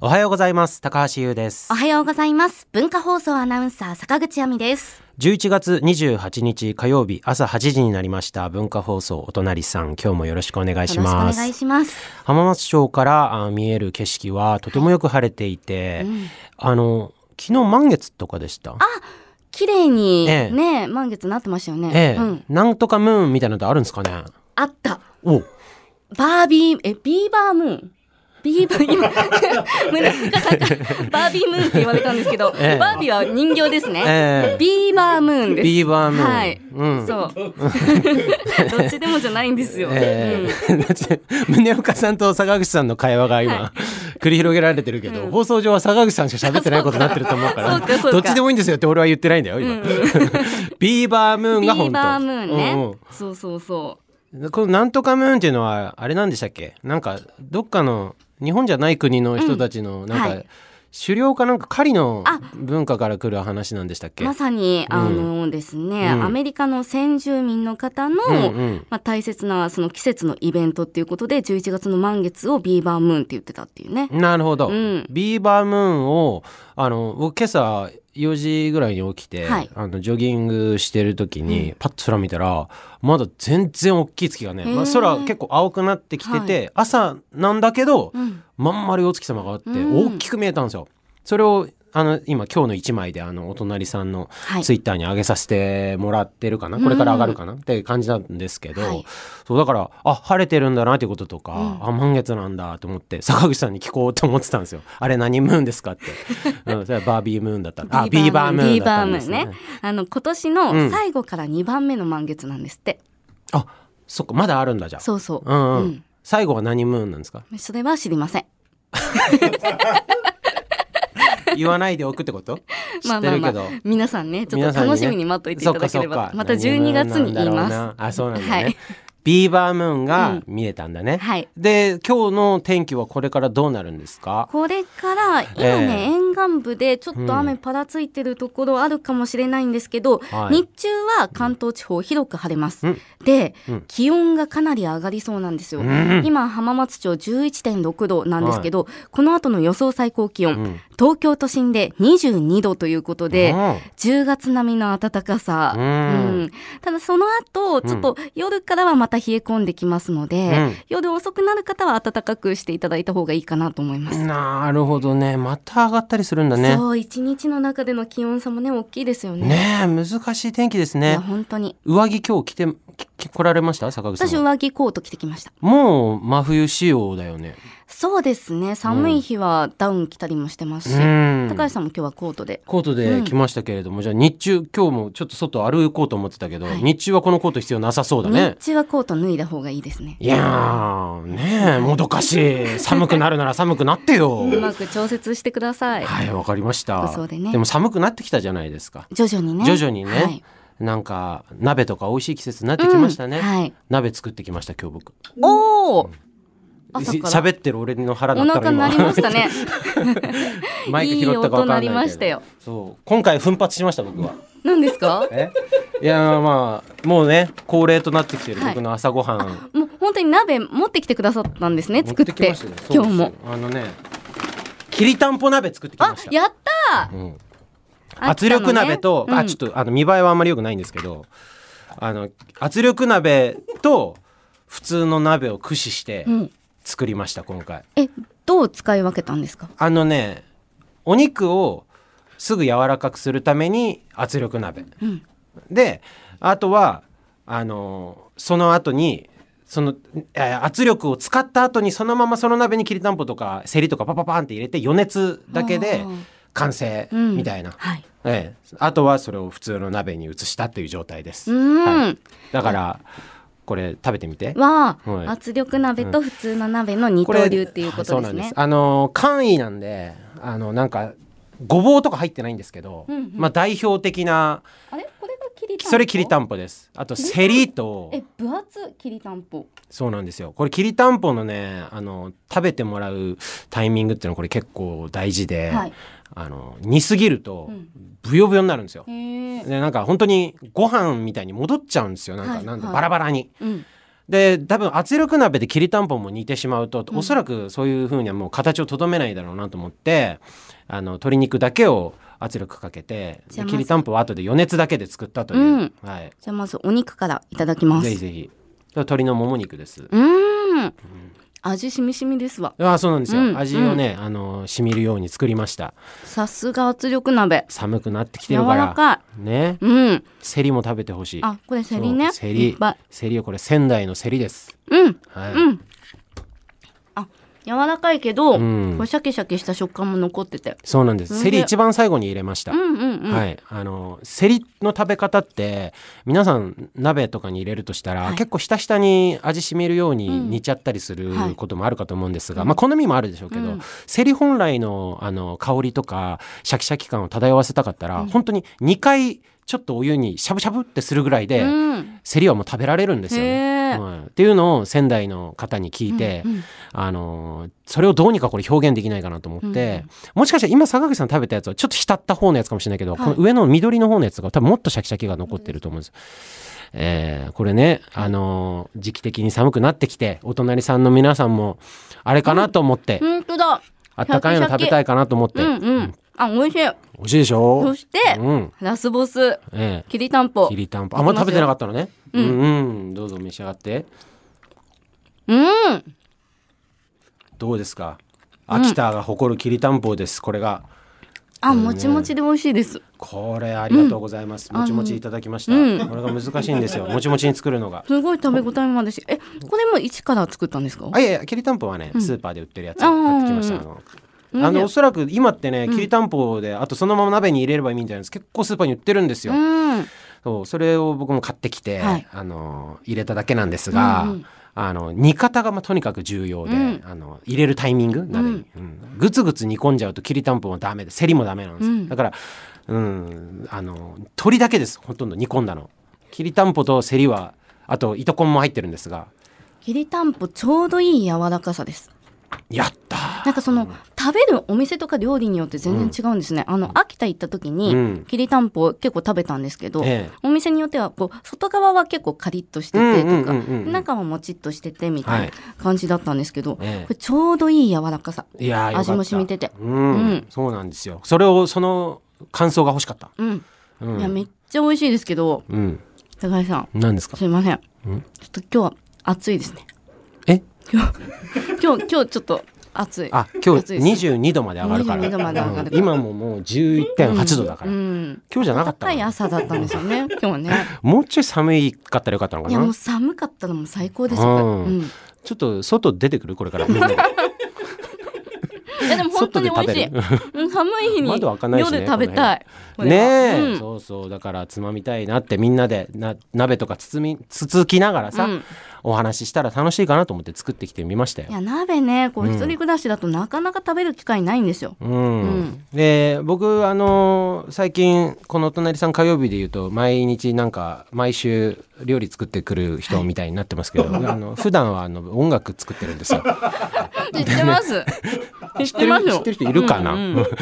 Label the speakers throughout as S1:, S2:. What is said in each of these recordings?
S1: おはようございます高橋優です
S2: おはようございます。文化放送アナウンサー坂口亜美です。
S1: 11月28日火曜日朝8時になりました文化放送お隣さん今日もよろしくお願いし
S2: よろしく
S1: ま
S2: お
S1: す
S2: 願いします。
S1: 浜松町からあ見える景色はとてもよく晴れていて、あの昨日満月とかでした
S2: 綺麗に
S1: ええ
S2: ね、満月なってましたよね。
S1: ええ
S2: うん、
S1: なんとかムーンみたいなのってあるんですかね
S2: あった。
S1: お
S2: バービー、え、ビーバームーン。ビーバー、今、 胸深さんからバービームーンって言われたんですけど、
S1: ええ
S2: バービーは人形ですね。
S1: ええ
S2: ビーバームーンです。
S1: ビーバームーン、
S2: はい。
S1: うん
S2: そう。どっちでもじゃないんですよ。
S1: えー 宗岡さんと坂口さんの会話が今、繰り広げられてるけど、放送上は坂口さんしか喋ってないことになってると思うから
S2: そうかそうか
S1: どっちでもいいんですよって俺は言ってないんだよ今、ビーバームー
S2: うん
S1: ン
S2: ビ
S1: が本
S2: ー
S1: 当
S2: バームーンね。
S1: うん
S2: そうそうそう。
S1: うんこのなんとかムーンっていうのはあれなんでしたっけなんかどっかの日本じゃない国の人たちのなんか、
S2: はい
S1: 狩猟かなんか狩りの
S2: あ
S1: 文化から来る話なんでしたっけ、
S2: まさに、あのですね、
S1: うん
S2: アメリカの先住民の方の、
S1: うんうん
S2: まあ、大切なその季節のイベントっていうことで、11月の満月をビーバームーンって言ってたっていうね。
S1: なるほど、
S2: うん
S1: ビーバームーンをあの僕今朝4時ぐらいに起きて、
S2: はい
S1: あのジョギングしてる時に、パッと空見たらまだ全然大きい月がね、まあ、
S2: へー
S1: 空結構青くなってきてて、朝なんだけど、
S2: うん。
S1: まん丸いお月様があって
S2: うん
S1: 大きく見えたんですよ。それをあの今今日の1枚であのお隣さんの
S2: はい
S1: ツイッターに上げさせてもらってるかな、これから上がるかなって感じなんですけど、
S2: はい
S1: そうだからあ晴れてるんだなっていうこととか、
S2: うん
S1: あ満月なんだと思って坂口さんに聞こうと思ってたんですよあれ何ムーンですか って、うん、それはバービームーンだったあビーバームーンだったんです
S2: ビーバー
S1: ね
S2: ムーンね。あの、今年
S1: うん
S2: の最後から2番目の満月なんですって。
S1: あそっかまだあるんだじゃあ
S2: そうそうう。
S1: んうん
S2: うん
S1: 最後は何ムーンなんですか
S2: それは知りません。
S1: 言わないでおくって こと知ってるけど、
S2: 皆さんね、ちょ
S1: 皆
S2: っ
S1: さ
S2: と
S1: んね
S2: 楽しみに待っといていただけれ
S1: そっか
S2: ば
S1: そっ。か
S2: また12月
S1: 何ムー
S2: に言い
S1: ンなんだろ
S2: ま
S1: うなあそうなんだね、
S2: はい
S1: ビーバームーン
S2: う
S1: が
S2: ん
S1: 見えたんだね、
S2: す。はい。
S1: で今日の天気はこれからどうなるんですか
S2: これから今
S1: ええ
S2: ね、沿岸部でちょっと雨ぱらついてるところあるかもしれないんですけど、
S1: はい
S2: 日中は関東地方広く晴れます、
S1: うん
S2: で、
S1: うん
S2: 気温がかなり上がりそうなんですよ、
S1: うん
S2: 今浜松町11.6度なんですけど、この後の予想最高気温、東京都心で22度ということで、
S1: うん
S2: 10月並みの暖かさ、
S1: うん
S2: ただその後ちょっと夜からはまた冷え込んできますので、
S1: うん
S2: 夜遅くなる方は暖かくしていただいた方がいいかなと思います、
S1: なるほどねまた上がったりするんだね
S2: そう一日の中での気温差もね大きいですよね
S1: ねえ難しい天気です
S2: い
S1: ね
S2: や本当に
S1: 上着今日着てき来られました坂口
S2: 私
S1: さんは
S2: 上着コート着てきました
S1: もう真冬仕様だよね
S2: そうですね寒い日はダウン着たりもしてますし、
S1: うん
S2: 高橋さんも今日はコートで
S1: コートで来ましたけれども、じゃあ日中今日もちょっと外歩こうと思ってたけど、
S2: はい
S1: 日中はこのコート必要なさそうだね
S2: 日中はコート脱いだ方がいいですね
S1: いやーねえもどかしい寒くなるなら寒くなってよ
S2: うまく調節してください、
S1: はいわかりました
S2: 服装でね
S1: も寒くなってきたじゃないですか
S2: 徐々にね
S1: 徐々にね、
S2: はい
S1: なんか鍋とか美味しい季節になってきましたね、
S2: うんはい
S1: 鍋作ってきました今日僕
S2: おお朝
S1: し
S2: から
S1: 喋ってる俺の腹だ
S2: お
S1: ったら
S2: 腹
S1: 今
S2: 鳴りました ね
S1: マイク拾ったか分かんないけ
S2: いい音鳴り
S1: ど
S2: ましたよ
S1: そう今回奮発しました僕は
S2: 何ですか
S1: え いやーまあもうね恒例となってきてる僕の朝ごはん、
S2: もう本当に鍋持ってきてくださったんですね
S1: 持
S2: 作って
S1: きましたよそう
S2: 今
S1: です
S2: 日も
S1: あのねきりたんぽ鍋作ってき
S2: あ
S1: ました
S2: やったー、
S1: うん
S2: あった
S1: 圧
S2: のね
S1: 力鍋と、
S2: うん
S1: あちょっとあの見栄えはあんまり良くないんですけどあの圧力鍋と普通の鍋を駆使して
S2: うん
S1: 作りました今回
S2: えどう使い分けたんですか
S1: あのねお肉をすぐ柔らかくするために圧力鍋、
S2: ん
S1: であとはあのその後にそのえー圧力を使った後にそのままその鍋にきりたんぽとかせりとかパパパンって入れて余熱だけで
S2: あー
S1: 完成
S2: うん
S1: みたいな、
S2: はい
S1: ええ、あとはそれを普通の鍋に移したという状態です。
S2: うん
S1: はい、だからこれ食べてみて。
S2: は、
S1: はい
S2: 圧力鍋と普通の鍋の二
S1: これ
S2: 刀流っていうこ
S1: そ
S2: とで
S1: な
S2: す
S1: ん
S2: ね。
S1: あの簡易なんであのなんかごぼうとか入ってないんですけど、
S2: うんうん
S1: まあ代表的な
S2: あれこれがきりたんぽ。
S1: それきりた
S2: ん
S1: んぽです。あとセリと
S2: え分厚きりたんぽ。
S1: そうなんですよ。これきりたんぽのねあの食べてもらうタイミングっていうのはこれ結構大事で、
S2: はい
S1: あの煮すぎると
S2: ん
S1: ブヨブヨになるんですよ。
S2: へえ。
S1: でなんか本当にご飯みたいに戻っちゃうんですよなんか、
S2: はい
S1: なんで
S2: はい
S1: バラバラに。
S2: うん。
S1: で多分圧力鍋できりたんぽんも煮てしまうと、おそらくそういうふうにはもう形をとどめないだろうなと思ってあの鶏肉だけを圧力かけて
S2: じゃあまず
S1: きりたんぽんは後で余熱だけで作ったという、
S2: うん
S1: はい、
S2: じゃあまずお肉からいただきます
S1: ぜひぜひ鶏のもも肉です
S2: うーん味しみしみですわ
S1: ああそうなんですよ、
S2: うん
S1: 味をね、あの染みるように作りました
S2: さすが圧力鍋
S1: 寒くなってきて
S2: 柔
S1: るから
S2: らか
S1: ね
S2: いうん
S1: セリも食べてほしい
S2: あこれセリね
S1: そうセ
S2: い
S1: リ
S2: っぱい
S1: セリをこれ仙台のセリです
S2: うん
S1: はい、
S2: うんあ柔らかいけど、
S1: うん
S2: これシャキシャキした食感も残ってて
S1: そうなんです
S2: そ
S1: セ
S2: れで
S1: リ一番最後に入れました、
S2: うんうんうん、
S1: はい、あのセリの食べ方って皆さん鍋とかに入れるとしたら、
S2: はい
S1: 結構ひたひたに味しみるように
S2: うん
S1: 煮ちゃったりする
S2: はい
S1: こともあるかと思うんですが、まあ、好みもあるでしょうけど、
S2: うん
S1: セリ本来のあの香りとかシャキシャキ感を漂わせたかったら、本当に2回ちょっとお湯にしゃぶしゃぶってするぐらいで、
S2: うん
S1: セリはもう食べられるんですよ
S2: へ
S1: ね。
S2: ー
S1: はいっていうのを仙台の方に聞いて、
S2: うんうん
S1: あのーそれをどうにかこれ表現できないかなと思って、もしかしたら今坂口さん食べたやつはちょっと浸った方のやつかもしれないけど、
S2: はい
S1: この上の緑の方のやつが多分もっとシャキシャキが残ってると思うんです。えーこれね、あのー時期的に寒くなってきてお隣さんの皆さんもあれかなと思って、
S2: 本当だ
S1: あったかいの食べたいかなと思って、
S2: うんうんあ美味しい
S1: 美味しいでしょ
S2: そして
S1: うん
S2: ラスボス
S1: え
S2: きりたん
S1: え
S2: ぽ
S1: きりたんぽあまだ食べてなかったのね、うん、うんどうぞ召し上がって
S2: うん
S1: どうですか秋田が誇るきりたんぽですこれが
S2: あ、もちもちで美味しいです。
S1: これありがとうございます、もちもちいただきました、
S2: うん
S1: これが難しいんですよもちもちに作るのが
S2: すごい食べ応えもあるし、え、これも一から作ったんですか。
S1: あいやいやきりたんぽはね、スーパーで売ってるやつ
S2: あー
S1: 買ってきましたあの
S2: うん
S1: あのおそらく今ってねきりたんぽであとそのまま鍋に入れればいいみたいなんです結構スーパーに売ってるんですよ、
S2: うん、
S1: そうそれを僕も買ってきて、
S2: はい
S1: あの入れただけなんですが、
S2: うんうん
S1: あの煮方がまあとにかく重要で、
S2: うん
S1: あの入れるタイミング鍋に、うんぐつぐつ煮込んじゃうときりたんぽもダメでせりもダメなんですよ、
S2: うん
S1: だから、うん、あの鶏だけですほとんど煮込んだのきりたんぽとせりはあと糸こんも入ってるんですが
S2: きりたんぽちょうどいい柔らかさです。
S1: やった
S2: なんかその食べるお店とか料理によって全然違うんですね。あの秋田行った時
S1: う
S2: に
S1: ん
S2: きりたんぽ結構食べたんですけど、
S1: ええ
S2: お店によってはこう外側は結構カリッとしててとか、
S1: うんうんうんうん
S2: 中はもちっとしててみた
S1: は
S2: いない感じだったんですけど、
S1: ええ
S2: これちょうどいい柔らかさ。
S1: いやーよかった
S2: 味も染みてて
S1: うん、
S2: うん
S1: そうなんですよそれをその感想が欲しかった
S2: うん、
S1: うん
S2: いやめっちゃ美味しいですけど、
S1: うん
S2: 高橋さん。
S1: 何ですか
S2: すいません。
S1: ん
S2: ちょっと今日は暑いですね。
S1: え
S2: 今日今日ちょっと暑い。
S1: あ今
S2: 暑
S1: 日
S2: いです
S1: 22度まで上がるから
S2: 22度まで上がるから
S1: うん今ももう11.8度だから、
S2: うん。
S1: 今日じゃなかった
S2: 高い
S1: な
S2: 朝だったんですよね。今日はね。
S1: もうちょい寒いかったらよかったのか
S2: いやもう
S1: な
S2: 寒かったのもう最高ですよ。
S1: う
S2: これ
S1: ん
S2: うん。い
S1: ちょっと外出てくるこれ からみんなで
S2: やでも本当に美味しい。
S1: 外で
S2: うん寒い日に
S1: 窓開かないしね
S2: 夜食べたい。これ
S1: ね
S2: は
S1: え、
S2: うん
S1: そうそうだからつまみたいなってみんなでな鍋とか包みつつきながらさ、
S2: うん
S1: お話ししたら楽しいかなと思って作ってきてみましたよ
S2: いや鍋ねこう一人暮らしだとなかなか食べる機会ないんですよ。
S1: うん
S2: うん
S1: で僕あのー最近この「お隣さん火曜日」で言うと毎日なんか毎週料理作ってくる人みたいになってますけ ど、あの普段はあの音楽作ってるんですよ。
S2: 知ってます。 知ってます
S1: 知
S2: よ
S1: ってる。人いるかな、
S2: うん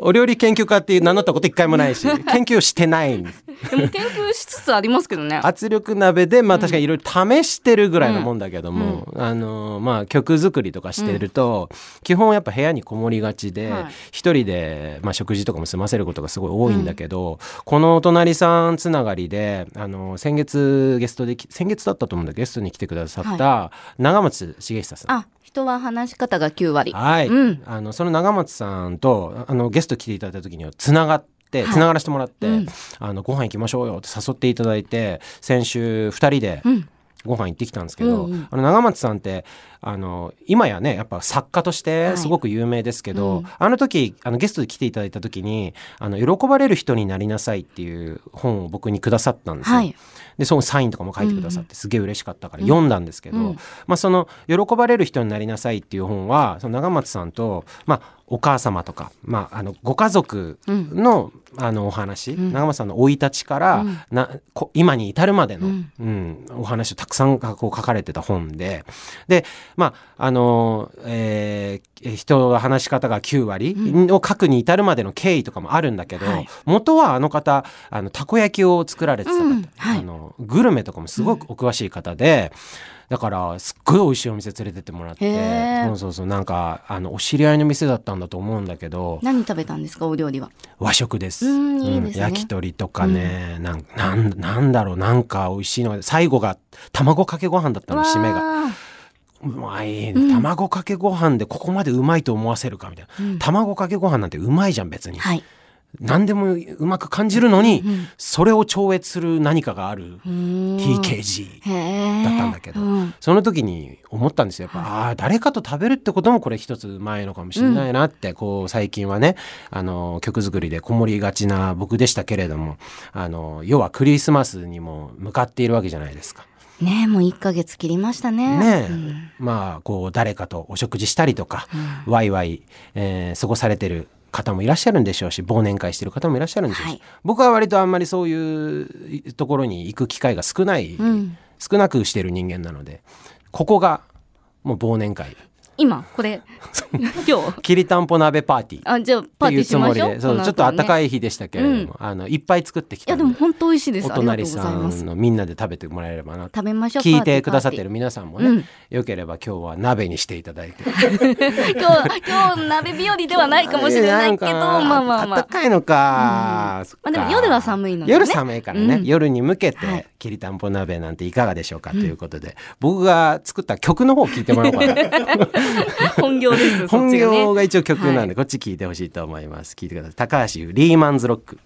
S1: お料理研究家って名乗ったこと一回もない し研究してないんです
S2: でも研究しつつありますけどね。
S1: 圧力鍋でまあ確かにいろいろ試してるぐらいのもんだけども、あのーまあ曲作りとかしてると、基本やっぱ部屋にこもりがちで
S2: はい
S1: 一、人で、まあ、食事とかも済ませることがすごい多いんだけど、このお隣さんつながりであのー先月ゲストでき先月だったと思うんだけどゲストに来てくださった長松茂久さん。
S2: あ人は話し方が9割。
S1: はい、
S2: うん
S1: あのその長松さんとあのゲスト来ていただいた時にはつながって
S2: はい
S1: つながらせてもらって、
S2: うん
S1: あのご飯行きましょうよって誘っていただいて先週2人で
S2: うん
S1: ご飯行ってきたんですけど、
S2: うんうん
S1: あの長松さんってあの今やねやっぱ作家とし
S2: は
S1: て
S2: い
S1: すごく有名ですけど、
S2: うん
S1: あの時あのゲストで来ていただいた時に「あの喜ばれる人になりなさい」っていう本を僕にくださったんですよ。
S2: はい。
S1: でそのサインとかも書いてくださってすげえ嬉しかったから読んだんですけど、
S2: うん
S1: まあ、その「喜ばれる人になりなさい」っていう本はその長松さんと、まあ、お母様とか、まあ、あのご家族の,、あのお話、
S2: ん
S1: 長松さんの生い立ちから、
S2: うん
S1: なこ今に至るまでの、
S2: う
S1: うんんお話をたくさんこう書かれてた本でで、まああのえー人の話し方が9割を書くに至るまでの経緯とかもあるんだけど、
S2: はい
S1: 元はあの方あのたこ焼きを作られてた方、
S2: うんはい
S1: あのグルメとかもすごくお詳しい方で。だからすっごい美味しいお店連れてってもらっ
S2: へ
S1: て
S2: ー
S1: そうそうそうなんかあのお知り合いの店だったんだと思うんだけど
S2: 何食べたんですかお料理は
S1: 和食です。
S2: うんいいですね
S1: 焼き鳥とかね、なんなんなんだろうなんか美味しいのが最後が卵かけご飯だったの締めが。
S2: わあ
S1: うまい、
S2: うん
S1: 卵かけご飯でここまでうまいと思わせるかみたいな。
S2: うん
S1: 卵かけご飯なんてうまいじゃん別に。
S2: はい
S1: 何でもうまく感じるのに、
S2: うん
S1: それを超越する何かがある
S2: うーん
S1: TKG。
S2: へえ
S1: だったんだけど
S2: うん
S1: その時に思ったんですよ。やっぱ、ああー、誰かと食べるってこともこれ一つうまいのかもしれないなって、こう、最近はね、あの、曲作りでこもりがちな僕でしたけれども、あの、要はクリスマスにも向かっているわけじゃないですか。
S2: ねえもう1ヶ月切りましたね
S1: ねえ、
S2: うん
S1: まあ、こう、誰かとお食事したりとか、ワイワイ、えー過ごされてる。方もいらっしゃるんでしょうし忘年会してる方もいらっしゃるんでしょうし、
S2: はい
S1: 僕は割とあんまりそういうところに行く機会が少ない、
S2: うん
S1: 少なくしてる人間なのでここがもう忘年会
S2: 今これ今日
S1: きりたんぽ鍋パーティーっ
S2: あじゃあパー
S1: てい
S2: ティー
S1: う
S2: し
S1: つも
S2: ま
S1: り
S2: しょう
S1: でそう
S2: この後ね
S1: ちょっと暖かい日でしたけれども、
S2: うん
S1: あのいっぱい作ってき
S2: い
S1: た
S2: やで
S1: の
S2: も
S1: で
S2: 本当美味しいです
S1: お
S2: ありがと
S1: 隣
S2: うござ
S1: さ
S2: います
S1: んのみんなで食べてもらえればなと
S2: 食べましょう
S1: 聞いてくださってる
S2: る
S1: 皆さんもね、
S2: うん
S1: よければ今日は鍋にしていただいて
S2: 今日今日鍋日和ではないかもしれないけ
S1: ん
S2: ど
S1: か
S2: まあまあま
S1: 暖
S2: あ
S1: かいのか,、
S2: うん
S1: そっ
S2: ま
S1: か
S2: あでも夜は寒いのでね
S1: 夜寒いからね、
S2: うん
S1: 夜に向けて、
S2: はい
S1: きりたんぽ鍋なんていかがでしょうかということで、僕が作った曲の方聞いても らおうかな
S2: 本業ですそ
S1: 本
S2: っちがね
S1: 業が一応曲なんで、こっち聞いてほしいと思います。聞いてください。高橋リーマンズロック。